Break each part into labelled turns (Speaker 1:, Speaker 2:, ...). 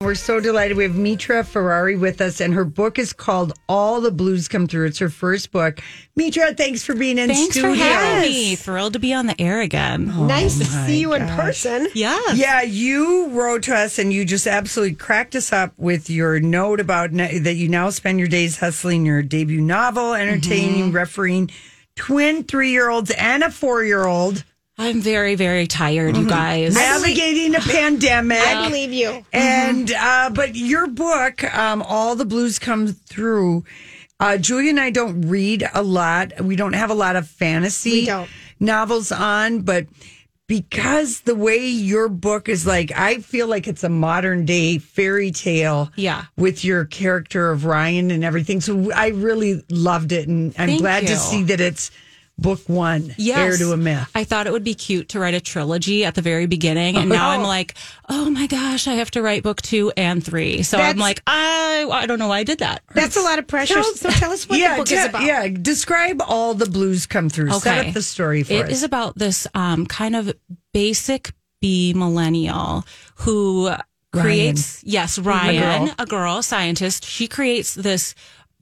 Speaker 1: We're so delighted. We have Mitra Ferrari with us, and her book is called All the Blues Come Through. It's her first book. Mitra, thanks for being in
Speaker 2: Thanks
Speaker 1: studio.
Speaker 2: for having me.
Speaker 1: Yes.
Speaker 2: Thrilled to be on the air again.
Speaker 3: nice to
Speaker 1: Oh my
Speaker 3: see you in
Speaker 1: gosh.
Speaker 3: person.
Speaker 2: Yes.
Speaker 1: Yeah, you wrote to us and you just absolutely cracked us up with your note about n that you now spend your days hustling your debut novel, entertaining,
Speaker 2: Mm-hmm.
Speaker 1: refereeing twin three year olds and a four year old,
Speaker 2: I'm very, very tired,
Speaker 1: Mm-hmm.
Speaker 2: you guys.
Speaker 1: navigating a pandemic.
Speaker 3: I believe you.
Speaker 1: And uh, but your book, um, all the blues come through. Uh, Julia and I don't read a lot. We don't have a lot of fantasy
Speaker 3: We don't.
Speaker 1: novels on, but because the way your book is like, I feel like it's a modern day fairy tale.
Speaker 2: Yeah.
Speaker 1: with your character of Ryan and everything. So I really loved it, and I'm
Speaker 2: Thank
Speaker 1: glad to
Speaker 2: you.
Speaker 1: see that it's book one.
Speaker 2: Yes.
Speaker 1: heir to a myth.
Speaker 2: I thought it would be cute to write a trilogy at the very beginning. And now I'm like, oh my gosh, I have to write book two and three. So I'm
Speaker 3: That's-
Speaker 2: like, I, I don't know why I did that.
Speaker 3: That's a lot of pressure. so tell us what the book is
Speaker 1: te-
Speaker 3: about.
Speaker 1: yeah. Describe all the blues come through. Set
Speaker 2: Okay.
Speaker 1: up the story for
Speaker 2: It
Speaker 1: us.
Speaker 2: is about this um, kind of basic B millennial who creates, yes, Ryan,
Speaker 1: girl.
Speaker 2: a girl. scientist. She creates this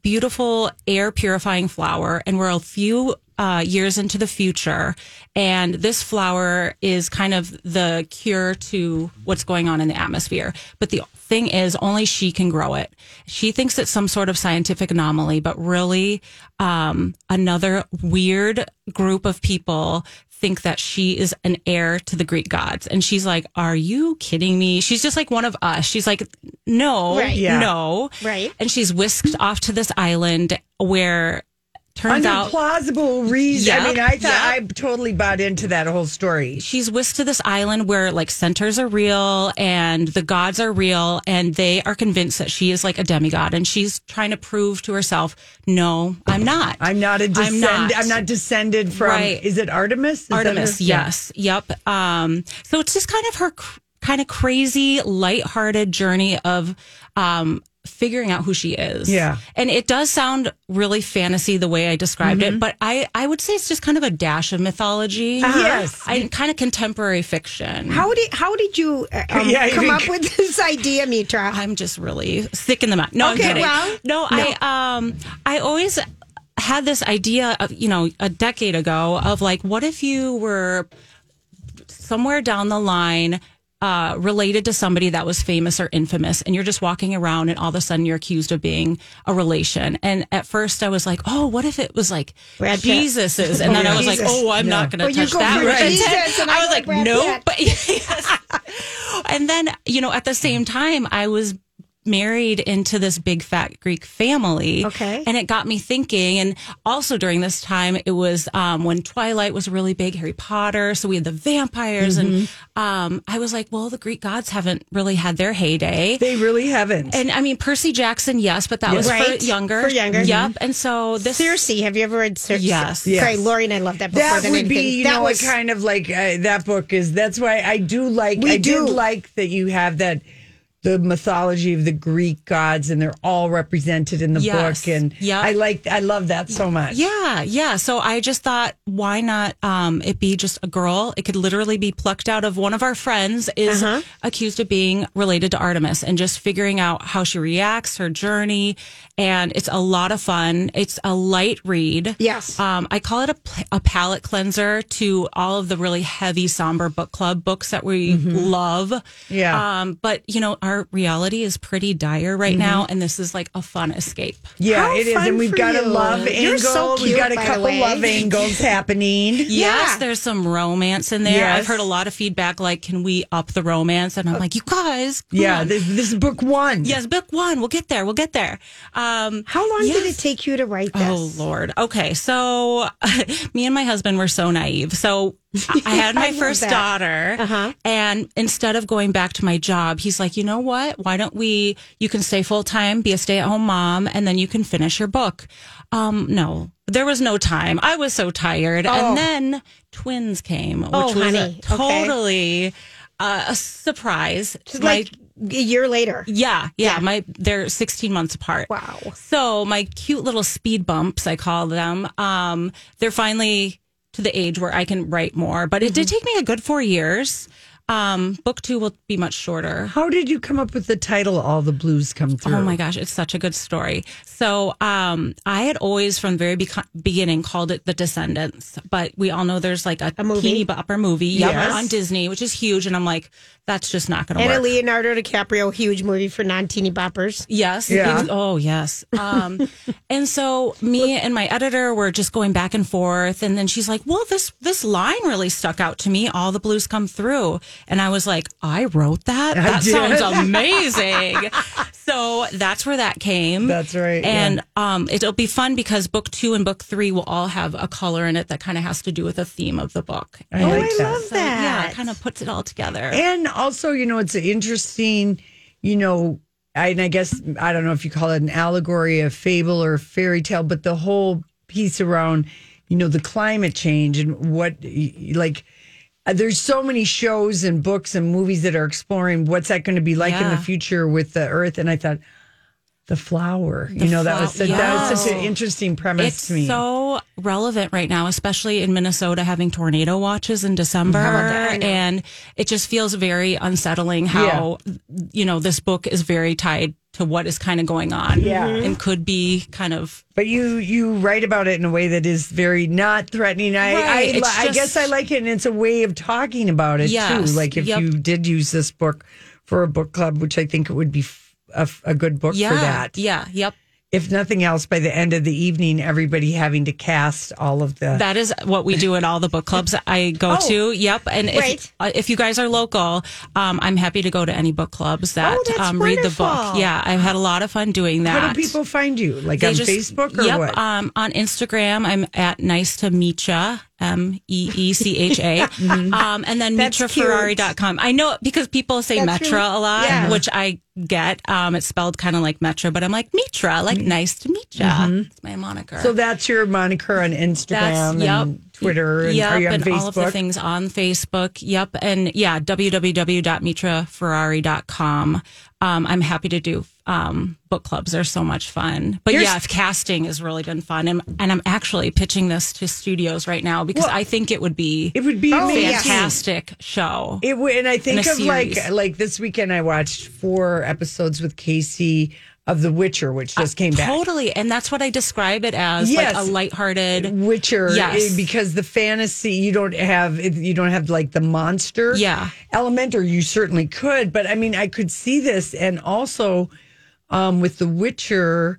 Speaker 2: beautiful air purifying flower, and we're a few uh, years into the future. And this flower is kind of the cure to what's going on in the atmosphere. But the thing is, only she can grow it. She thinks it's some sort of scientific anomaly, but really, um, another weird group of people think that she is an heir to the Greek gods. And she's like, Are you kidding me? She's just like one of us. She's like, No,
Speaker 3: Right.
Speaker 1: Yeah.
Speaker 2: no.
Speaker 3: Right.
Speaker 2: And she's whisked off to this island where turns
Speaker 1: Under
Speaker 2: out
Speaker 1: plausible reason. I
Speaker 2: Yep,
Speaker 1: mean, I thought I totally bought into that whole story.
Speaker 2: she's whisked to this island where like centaurs are real and the gods are real and they are convinced that she is like a demigod and she's trying to prove to herself, No, I'm not.
Speaker 1: I'm not a descend. I'm not,
Speaker 2: not.
Speaker 1: descended from.
Speaker 2: Right.
Speaker 1: Is it Artemis? Is that
Speaker 2: Artemis,
Speaker 1: her-
Speaker 2: yes. Yep. Um, so it's just kind of her cr- kind of crazy, lighthearted journey of um, figuring out who she is.
Speaker 1: Yeah.
Speaker 2: And it does sound really fantasy the way I described it, but I, I would say it's just kind of a dash of mythology.
Speaker 1: Yes.
Speaker 2: And kind of contemporary fiction.
Speaker 3: How did how did you uh, um,
Speaker 1: Yeah, I
Speaker 3: come
Speaker 1: think-
Speaker 3: up with this idea, Mitra?
Speaker 2: I'm just really sick in the mouth. No,
Speaker 3: Okay,
Speaker 2: I'm kidding.
Speaker 3: well,
Speaker 2: no, I um, I always had this idea of you know a decade ago of like, what if you were somewhere down the line. Uh, related to somebody that was famous or infamous, and you're just walking around, and all of a sudden you're accused of being a relation. And at first, I was like, "Oh, what if it was like
Speaker 3: Brad Pitt.
Speaker 2: Jesus's?" And then I was like,
Speaker 1: Jesus.
Speaker 2: "Oh, I'm
Speaker 1: Yeah.
Speaker 2: not going to
Speaker 3: Or you
Speaker 2: touch
Speaker 3: go
Speaker 2: that."
Speaker 3: for
Speaker 2: with a
Speaker 3: Jesus,
Speaker 2: 10."
Speaker 3: and I
Speaker 2: I was
Speaker 3: go
Speaker 2: like,
Speaker 3: Brad
Speaker 2: "Nope." Yes. and then you know at the same time i was married into this big fat greek family
Speaker 3: Okay.
Speaker 2: and it got me thinking and also during this time it was um, when twilight was really big harry potter so we had the vampires
Speaker 3: Mm-hmm.
Speaker 2: and um, i was like well the greek gods haven't really had their heyday
Speaker 1: They really haven't.
Speaker 2: and i mean percy jackson yes but that was
Speaker 3: Right.
Speaker 2: for younger
Speaker 3: For younger.
Speaker 2: yep and so this
Speaker 3: Circe, have you ever read Circe?
Speaker 2: Yes.
Speaker 3: Sorry,
Speaker 1: Yes.
Speaker 3: Lori and I love that book more
Speaker 1: that
Speaker 3: than
Speaker 1: would
Speaker 3: anything.
Speaker 1: be, you
Speaker 3: that
Speaker 1: know,
Speaker 3: was
Speaker 1: a kind of like uh, that book is. That's why I do like. I do.
Speaker 3: do.
Speaker 1: like that you have that the mythology of the Greek gods, and they're all represented in the
Speaker 2: Yes.
Speaker 1: book. And
Speaker 2: Yep.
Speaker 1: I like. I love that so much.
Speaker 2: Yeah, yeah. So I just thought, why not um, it be just a girl? It could literally be plucked out of one of our friends is
Speaker 1: Uh-huh.
Speaker 2: accused of being related to Artemis, and just figuring out how she reacts, her journey, and it's a lot of fun. It's a light read.
Speaker 3: Yes.
Speaker 2: Um, I call it a, pl- a palate cleanser to all of the really heavy, somber book club books that we love.
Speaker 1: Mm-hmm. Yeah.
Speaker 2: Um, but you know, our reality is pretty dire right
Speaker 1: Mm-hmm.
Speaker 2: now, and this is like a fun escape.
Speaker 1: Yeah,
Speaker 3: How
Speaker 1: it is,
Speaker 3: fun
Speaker 1: and we've
Speaker 3: for
Speaker 1: got a
Speaker 3: you.
Speaker 1: love angle.
Speaker 3: You're so
Speaker 1: we've
Speaker 3: cute,
Speaker 1: got a
Speaker 3: by the
Speaker 1: couple
Speaker 3: way.
Speaker 1: love angles happening.
Speaker 2: Yes,
Speaker 3: Yeah.
Speaker 2: there's some romance in there.
Speaker 1: Yes. Uh,
Speaker 2: I've heard a lot of feedback like, can we up the romance? And I'm like, you guys. come
Speaker 1: Yeah,
Speaker 2: on."
Speaker 1: this, this is book one.
Speaker 2: yes, book one. We'll get there. We'll get there. Um,
Speaker 3: How long did
Speaker 2: Yes.
Speaker 3: it take you to write this?
Speaker 2: Oh Lord. Okay. So me and my husband were so naive. So I I had my
Speaker 3: love
Speaker 2: first
Speaker 3: that. Uh-huh.
Speaker 2: daughter and instead of going back to my job, he's like, "You know what? Why don't we you can stay full-time, be a stay-at-home mom and then you can finish your book." Um no. There was no time. I was so tired. And then twins came, which
Speaker 3: Oh,
Speaker 2: was a
Speaker 3: honey. Okay.
Speaker 2: totally uh, a surprise. My-
Speaker 3: like a year later.
Speaker 2: yeah, yeah, My they're 16 months apart.
Speaker 3: Wow.
Speaker 2: So my cute little speed bumps, I call them. Um, they're finally to the age where I can write more, but it did take me a good four years. Um, book two will be much shorter.
Speaker 1: How did you come up with the title "All the Blues Come Through"?
Speaker 2: Oh my gosh, it's such a good story. So, um, I had always from the very beco- beginning called it The Descendants, but we all know there's like a,
Speaker 3: movie?
Speaker 2: teeny bopper movie yep,
Speaker 1: Yes.
Speaker 2: on Disney, which is huge. And I'm like, that's just not going to
Speaker 3: And a
Speaker 2: work.
Speaker 3: Leonardo DiCaprio huge movie for non teeny boppers.
Speaker 2: Yes.
Speaker 1: Yeah.
Speaker 2: Ex- Oh, yes. Um, and so me and my editor were just going back and forth, and then she's like, "Well, this this line really stuck out to me. All the blues come through." And I was like, "I wrote that.
Speaker 1: I
Speaker 2: that
Speaker 1: did."
Speaker 2: sounds amazing." so that's where that came.
Speaker 1: That's right, yeah.
Speaker 2: And um, it'll be fun because book two and book three will all have a color in it that kind of has to do with the theme of the book.
Speaker 1: I
Speaker 3: Oh,
Speaker 1: like
Speaker 3: I
Speaker 1: that.
Speaker 3: love
Speaker 2: So, yeah,
Speaker 3: that.
Speaker 2: it kind of puts it all together.
Speaker 1: And also, you know, it's an interesting, you know, I, and I guess I don't know if you call it an allegory, a fable, or a fairy tale, but the whole piece around, you know, the climate change and what, y- y- like, uh, there's so many shows and books and movies that are exploring what's that going to be like in the
Speaker 2: Yeah.
Speaker 1: future with the earth. And I thought, the flower, you know, that was
Speaker 2: flow-
Speaker 1: such, that was such an
Speaker 2: Yes.
Speaker 1: interesting premise
Speaker 2: it's
Speaker 1: to me.
Speaker 2: so relevant right now, especially in Minnesota, having tornado watches in December, and it just feels very unsettling how you know this book is very tied to what is kind of going on,
Speaker 1: Yeah.
Speaker 2: and could be kind of
Speaker 1: But you you write about it in a way that is very not threatening. I
Speaker 2: Right,
Speaker 1: I,
Speaker 2: it's
Speaker 1: I
Speaker 2: just-
Speaker 1: guess I like it, and it's a way of talking about it
Speaker 2: Yes,
Speaker 1: too. Like if
Speaker 2: yep.
Speaker 1: you did use this book for a book club, which I think it would be f- a, f- a good book
Speaker 2: yeah,
Speaker 1: for that.
Speaker 2: yeah, yep.
Speaker 1: If nothing else, by the end of the evening, everybody having to cast all of the.
Speaker 2: That is what we do at all the book clubs I go
Speaker 1: Oh.
Speaker 2: to. Yep. And
Speaker 3: Right.
Speaker 2: if, uh, if you guys are local, um, I'm happy to go to any book clubs that
Speaker 3: Oh, that's
Speaker 2: um, read the book.
Speaker 3: wonderful.
Speaker 2: Yeah, I've had a lot of fun doing that.
Speaker 1: How do people find you? Like
Speaker 2: They
Speaker 1: on
Speaker 2: just-
Speaker 1: Facebook or
Speaker 2: yep,
Speaker 1: what?
Speaker 2: Um, on Instagram, I'm at nice to meet ya, M E E C H A. Um, and
Speaker 1: Mm-hmm.
Speaker 2: then
Speaker 1: That's
Speaker 2: metraferrari.com. I know because people say
Speaker 3: That's
Speaker 2: Metra
Speaker 3: really-
Speaker 2: a lot,
Speaker 3: yeah.
Speaker 2: which I get. Um, it's spelled kind of like Metra, but I'm like Mitra, like
Speaker 1: Mm.
Speaker 2: nice to meet ya.
Speaker 1: Mm-hmm.
Speaker 2: It's my moniker.
Speaker 1: so that's your moniker on Instagram and Twitter and
Speaker 2: yep,
Speaker 1: are you on
Speaker 2: and
Speaker 1: Facebook?
Speaker 2: all of the things on Facebook. Yep, and yeah, www.mitraferrari.com. Um, I'm happy to do um, book clubs; they're so much fun. But
Speaker 1: Here's-
Speaker 2: yeah, if casting has really been fun, and and I'm actually pitching this to studios right now because I think it would be
Speaker 1: It would be
Speaker 3: Oh,
Speaker 1: amazing.
Speaker 3: yes.
Speaker 2: fantastic show.
Speaker 1: It would, and I think
Speaker 2: a
Speaker 1: of like
Speaker 2: series.
Speaker 1: like this weekend. I watched four episodes with Casey of The Witcher, which just came back.
Speaker 2: Uh, Totally, and that's what I describe it as,
Speaker 1: Yes.
Speaker 2: like a lighthearted.
Speaker 1: Witcher,
Speaker 2: Yes.
Speaker 1: eh, because the fantasy you don't have it- you don't have like the monster
Speaker 2: Yeah.
Speaker 1: element, or you certainly could. But I mean, I could see this, and also um, with The Witcher.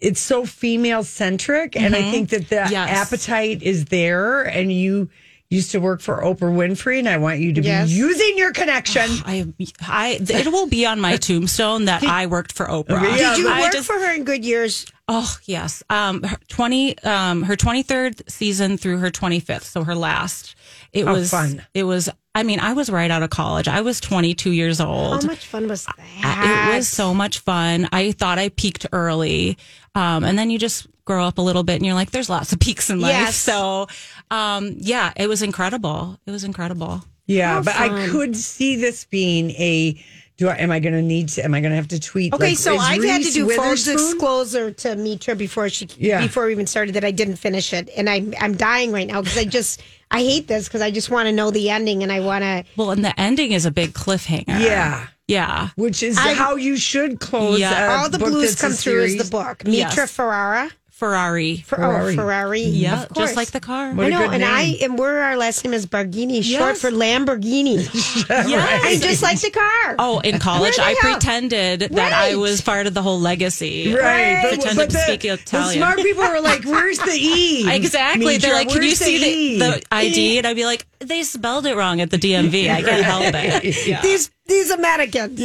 Speaker 1: It's so female centric, and I think that the
Speaker 2: Mm-hmm. Yes.
Speaker 1: appetite is there. And you used to work for Oprah Winfrey, and I want you to
Speaker 3: Yes.
Speaker 1: be using your connection.
Speaker 2: I, I, it will be on my tombstone that I worked for Oprah.
Speaker 1: Okay, yeah,
Speaker 3: Did you
Speaker 2: I
Speaker 3: work
Speaker 2: just-
Speaker 3: for her in good years?
Speaker 2: Oh yes, um, her twenty, um, her twenty third season through her twenty fifth, so her last. It
Speaker 1: Oh,
Speaker 2: was
Speaker 1: fun.
Speaker 2: It was. I mean, I was right out of college. I was twenty two years
Speaker 3: How
Speaker 2: old.
Speaker 3: much fun was that?
Speaker 2: uh, it was so much fun. I thought I peaked early, um, and then you just grow up a little bit, and you're like, "There's lots of peaks in life."
Speaker 3: Yes.
Speaker 2: So, um, yeah, it was incredible. It was incredible.
Speaker 1: Yeah,
Speaker 3: How
Speaker 1: but I
Speaker 3: fun.
Speaker 1: could see this being a. Do I, am I going to need to? Am I going to have to tweet?
Speaker 3: Okay,
Speaker 1: like,
Speaker 3: so
Speaker 1: is
Speaker 3: I've had to
Speaker 1: Reese
Speaker 3: do full
Speaker 1: Witherspoon-
Speaker 3: disclosure to Mitra before she
Speaker 1: Yeah.
Speaker 3: before we even started that I didn't finish it, and I'm I'm dying right now because I just I hate this because I just want to know the ending and I want to.
Speaker 2: Well, and the ending is a big cliffhanger.
Speaker 1: Yeah,
Speaker 2: yeah.
Speaker 1: which is
Speaker 3: I-
Speaker 1: how you should close.
Speaker 2: Yeah.
Speaker 1: a
Speaker 3: All the
Speaker 1: book
Speaker 3: blues
Speaker 1: that's a
Speaker 3: come through is
Speaker 1: series.
Speaker 3: the book. Mitra
Speaker 2: Yes.
Speaker 3: Ferrara,
Speaker 2: Ferrari.
Speaker 3: Fer-
Speaker 1: Ferrari.
Speaker 3: oh Ferrari,
Speaker 2: Yeah,
Speaker 3: of course.
Speaker 2: just like the car.
Speaker 1: What
Speaker 3: I
Speaker 1: a
Speaker 3: know,
Speaker 1: good
Speaker 3: and I
Speaker 1: name.
Speaker 3: and we're our last name is Barghini, short
Speaker 2: Yes.
Speaker 3: for Lamborghini.
Speaker 2: Yes.
Speaker 3: I just like the car.
Speaker 2: Oh, in college,
Speaker 3: they
Speaker 2: I
Speaker 3: at?
Speaker 2: pretended that I
Speaker 3: Right.
Speaker 2: was part of the whole legacy.
Speaker 1: Right,
Speaker 2: Pretended to speak
Speaker 1: the, the
Speaker 2: Italian.
Speaker 1: smart people were like, "Where's the E?"
Speaker 2: Exactly. They're
Speaker 1: Mitra?
Speaker 2: like, can you
Speaker 1: Where's
Speaker 2: see
Speaker 1: E?"
Speaker 2: the, the ID? And I'd be like, they spelled it wrong at the DMV. I can't help it. Yeah.
Speaker 3: These these Americans.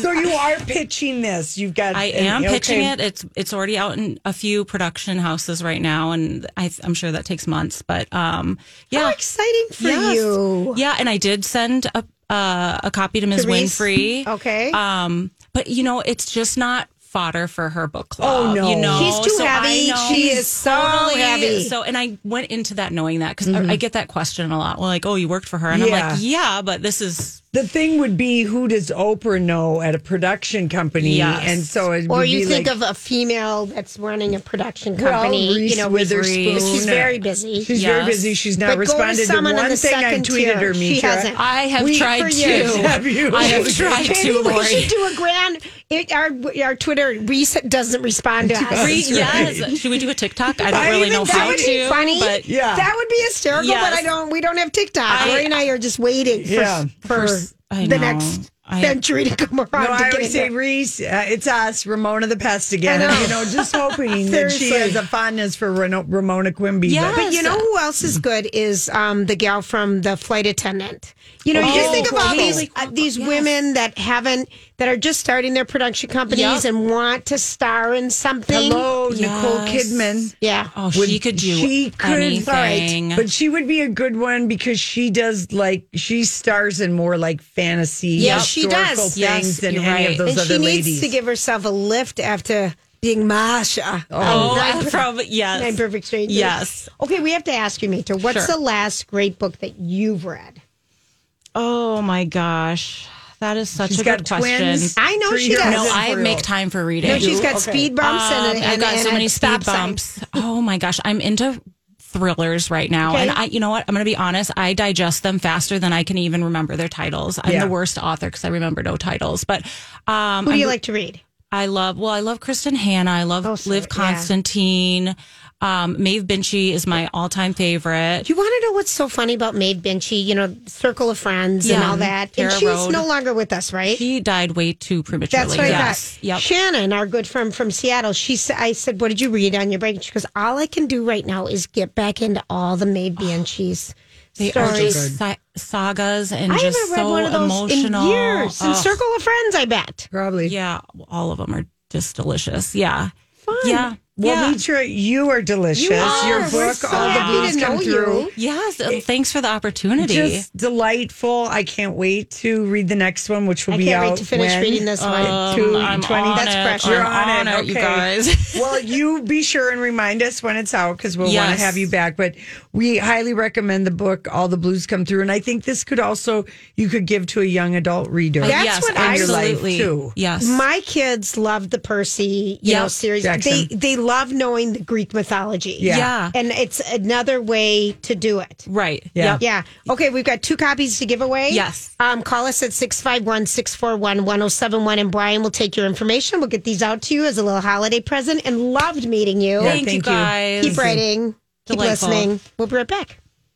Speaker 1: so you are pitching this. You've got.
Speaker 2: I
Speaker 1: and-
Speaker 2: am
Speaker 1: okay.
Speaker 2: pitching it. It's it's already out in a few production houses right now, and I, I'm sure that takes months. But um, yeah,
Speaker 3: How exciting for
Speaker 2: Yes.
Speaker 3: you.
Speaker 2: Yeah, and I did send a uh, a copy to Ms.
Speaker 3: Reese?
Speaker 2: Winfrey.
Speaker 3: Okay.
Speaker 2: Um, but you know, it's just not fodder for her book club.
Speaker 1: Oh, no.
Speaker 2: you know,
Speaker 3: She's too
Speaker 2: So
Speaker 3: heavy.
Speaker 2: I know.
Speaker 3: She is so
Speaker 2: Totally.
Speaker 3: heavy.
Speaker 2: So, and I went into that knowing that because I get that question a lot. Well, like, oh, you worked for her, and
Speaker 1: Yeah.
Speaker 2: I'm like, yeah, but this is
Speaker 1: the thing would be who does Oprah know at a production company?
Speaker 2: Yes.
Speaker 1: And so it
Speaker 3: Or
Speaker 1: would
Speaker 3: you
Speaker 1: be
Speaker 3: think
Speaker 1: like,
Speaker 3: of a female that's running a production
Speaker 1: well,
Speaker 3: company,
Speaker 1: Reese
Speaker 3: you know,
Speaker 1: Witherspoon.
Speaker 3: Reese. She's very busy.
Speaker 1: She's very
Speaker 2: Yes.
Speaker 1: busy. She's not
Speaker 3: But go to
Speaker 1: responded to,
Speaker 3: someone on
Speaker 1: one
Speaker 3: the
Speaker 1: thing I
Speaker 3: second
Speaker 1: tweeted
Speaker 3: tier.
Speaker 1: her.
Speaker 3: She
Speaker 1: Mitra.
Speaker 3: hasn't.
Speaker 2: I have
Speaker 1: We-
Speaker 2: tried
Speaker 1: for
Speaker 2: to.
Speaker 1: years, have you?
Speaker 2: I have tried
Speaker 3: Maybe
Speaker 2: to,
Speaker 3: we
Speaker 2: Lori.
Speaker 3: should do a grand. It, our our Twitter Reese doesn't respond to us.
Speaker 2: Re- yes. Should we do a TikTok? I don't
Speaker 1: I
Speaker 2: really
Speaker 1: even-
Speaker 2: know
Speaker 1: that
Speaker 2: how
Speaker 1: would be
Speaker 2: to.
Speaker 3: funny.
Speaker 2: But
Speaker 1: Yeah.
Speaker 3: That would be hysterical,
Speaker 2: Yes.
Speaker 3: but I don't. We don't have TikTok.
Speaker 2: I-
Speaker 3: Lori and I are just waiting for,
Speaker 1: Yeah.
Speaker 3: for,
Speaker 2: s- I
Speaker 3: the
Speaker 2: know.
Speaker 3: next
Speaker 2: I-
Speaker 3: century to come around.
Speaker 1: No,
Speaker 3: to
Speaker 1: I
Speaker 3: get
Speaker 1: always
Speaker 3: in
Speaker 1: say
Speaker 3: there.
Speaker 1: Reese. Uh, it's us, Ramona the Pest again.
Speaker 3: I know.
Speaker 1: You know, just hoping that she has
Speaker 3: Seriously.
Speaker 1: a fondness for Reno- Ramona Quimby.
Speaker 2: Yeah.
Speaker 1: but-
Speaker 3: But you know who else is good is um, the gal from the flight attendant. You know, you just
Speaker 1: Oh,
Speaker 3: think of all
Speaker 1: Haley
Speaker 3: these uh,
Speaker 2: Cuoco,
Speaker 3: these
Speaker 2: yes.
Speaker 3: women that haven't that are just starting their production companies
Speaker 2: Yep.
Speaker 3: and want to star in something.
Speaker 1: hello, Nicole
Speaker 2: Yes.
Speaker 1: Kidman.
Speaker 3: Yeah.
Speaker 2: oh,
Speaker 1: Would-
Speaker 2: she could do
Speaker 1: all right,
Speaker 2: anything.
Speaker 1: but she would be a good one because she does like she stars in more like fantasy,
Speaker 3: Yes, she
Speaker 1: historical
Speaker 3: does.
Speaker 2: Yes,
Speaker 1: things than
Speaker 2: you're
Speaker 1: any of
Speaker 2: right.
Speaker 1: those
Speaker 3: and
Speaker 1: other
Speaker 3: she needs
Speaker 1: ladies.
Speaker 3: to give herself a lift after being Masha.
Speaker 2: oh,
Speaker 3: on Nine Per-
Speaker 2: from yes,
Speaker 3: Nine Perfect Strangers.
Speaker 2: Yes.
Speaker 3: Okay, we have to ask you, Mita, what's
Speaker 2: Sure.
Speaker 3: the last great book that you've read?
Speaker 2: Oh my gosh, that is such
Speaker 1: She's
Speaker 2: a good
Speaker 1: got
Speaker 2: question.
Speaker 1: twins.
Speaker 3: I know she
Speaker 1: three-year-olds
Speaker 3: does.
Speaker 2: No,
Speaker 1: and
Speaker 2: I
Speaker 1: four-year-olds.
Speaker 2: make time for reading.
Speaker 3: No, she's got speed bumps and,
Speaker 2: Um,
Speaker 3: and
Speaker 2: I've got
Speaker 3: and
Speaker 2: so
Speaker 3: a
Speaker 2: many
Speaker 3: stop
Speaker 2: speed
Speaker 3: sign.
Speaker 2: bumps. Oh my gosh, I'm into thrillers right now,
Speaker 3: Okay.
Speaker 2: and I, you know what? I'm going to be honest. I digest them faster than I can even remember their titles. I'm
Speaker 1: Yeah.
Speaker 2: the worst author because I remember no titles. But um,
Speaker 3: Who do
Speaker 2: I'm-
Speaker 3: you like to read?
Speaker 2: I love. Well, I love Kristen Hanna. I love
Speaker 3: Oh, so- yeah.
Speaker 2: Liv Constantine. Um, Maeve Binchy is my all-time favorite.
Speaker 3: Do you want to know what's so funny about Maeve Binchy? You know, Circle of Friends and
Speaker 2: Yeah.
Speaker 3: all that.
Speaker 2: Tara
Speaker 3: and she's
Speaker 2: Road.
Speaker 3: no longer with us, right?
Speaker 2: She died way too prematurely.
Speaker 3: That's what
Speaker 2: yes.
Speaker 3: I
Speaker 2: Yep.
Speaker 3: thought. Shannon, our good friend from Seattle, she said, "I said, what did you read on your break?" And she goes, "All I can do right now is get back into all the Maeve Binchy's
Speaker 2: Oh, They are
Speaker 3: stories."
Speaker 2: just sa- sagas and
Speaker 3: I
Speaker 2: just
Speaker 3: haven't read
Speaker 2: so
Speaker 3: one of those
Speaker 2: emotional.
Speaker 3: in years. In
Speaker 2: Ugh,
Speaker 3: Circle of Friends, I bet.
Speaker 1: Probably.
Speaker 2: yeah, all of them are just delicious. Yeah, fun. Yeah,
Speaker 1: Well,
Speaker 2: yeah.
Speaker 1: Mitra, you are delicious.
Speaker 3: are.
Speaker 1: Your
Speaker 3: We're
Speaker 1: book,
Speaker 3: so
Speaker 1: all the
Speaker 3: happy to
Speaker 1: blues
Speaker 3: know
Speaker 1: come
Speaker 3: you.
Speaker 1: through.
Speaker 2: yes. uh, Thanks for the opportunity.
Speaker 1: Just delightful. I can't wait to read the next one, which will
Speaker 3: I
Speaker 1: be
Speaker 3: can't
Speaker 1: out
Speaker 3: wait to finish
Speaker 1: when?
Speaker 3: reading this one.
Speaker 2: Um,
Speaker 1: two,
Speaker 2: I'm
Speaker 1: 20.
Speaker 2: on
Speaker 3: That's
Speaker 2: it.
Speaker 3: fresh.
Speaker 2: I'm
Speaker 1: You're on it.
Speaker 2: you
Speaker 1: Okay.
Speaker 2: guys.
Speaker 1: well, you be sure and remind us when it's out because we'll want
Speaker 2: Yes.
Speaker 1: to have you back. But we highly recommend the book "All the Blues Come Through," and I think this could also you could give to a young adult reader.
Speaker 3: That's
Speaker 2: yes,
Speaker 3: what I-
Speaker 2: absolutely.
Speaker 1: Your life, too.
Speaker 2: Yes.
Speaker 3: My kids love the Percy, you
Speaker 2: Yeah.
Speaker 3: know, series.
Speaker 1: Jackson.
Speaker 3: They they love knowing the Greek mythology.
Speaker 1: Yeah.
Speaker 2: yeah.
Speaker 3: and it's another way to do it.
Speaker 2: Right.
Speaker 1: Yeah.
Speaker 2: Yep.
Speaker 3: Yeah. Okay, we've got two copies to give away.
Speaker 2: Yes.
Speaker 3: Um, call us at 651 641 1071, and Brian will take your information. We'll get these out to you as a little holiday present. And loved meeting you.
Speaker 1: Yeah,
Speaker 2: Thank, you
Speaker 1: thank you.
Speaker 2: guys.
Speaker 3: Keep writing, keep
Speaker 2: Delightful.
Speaker 3: listening. We'll be right back.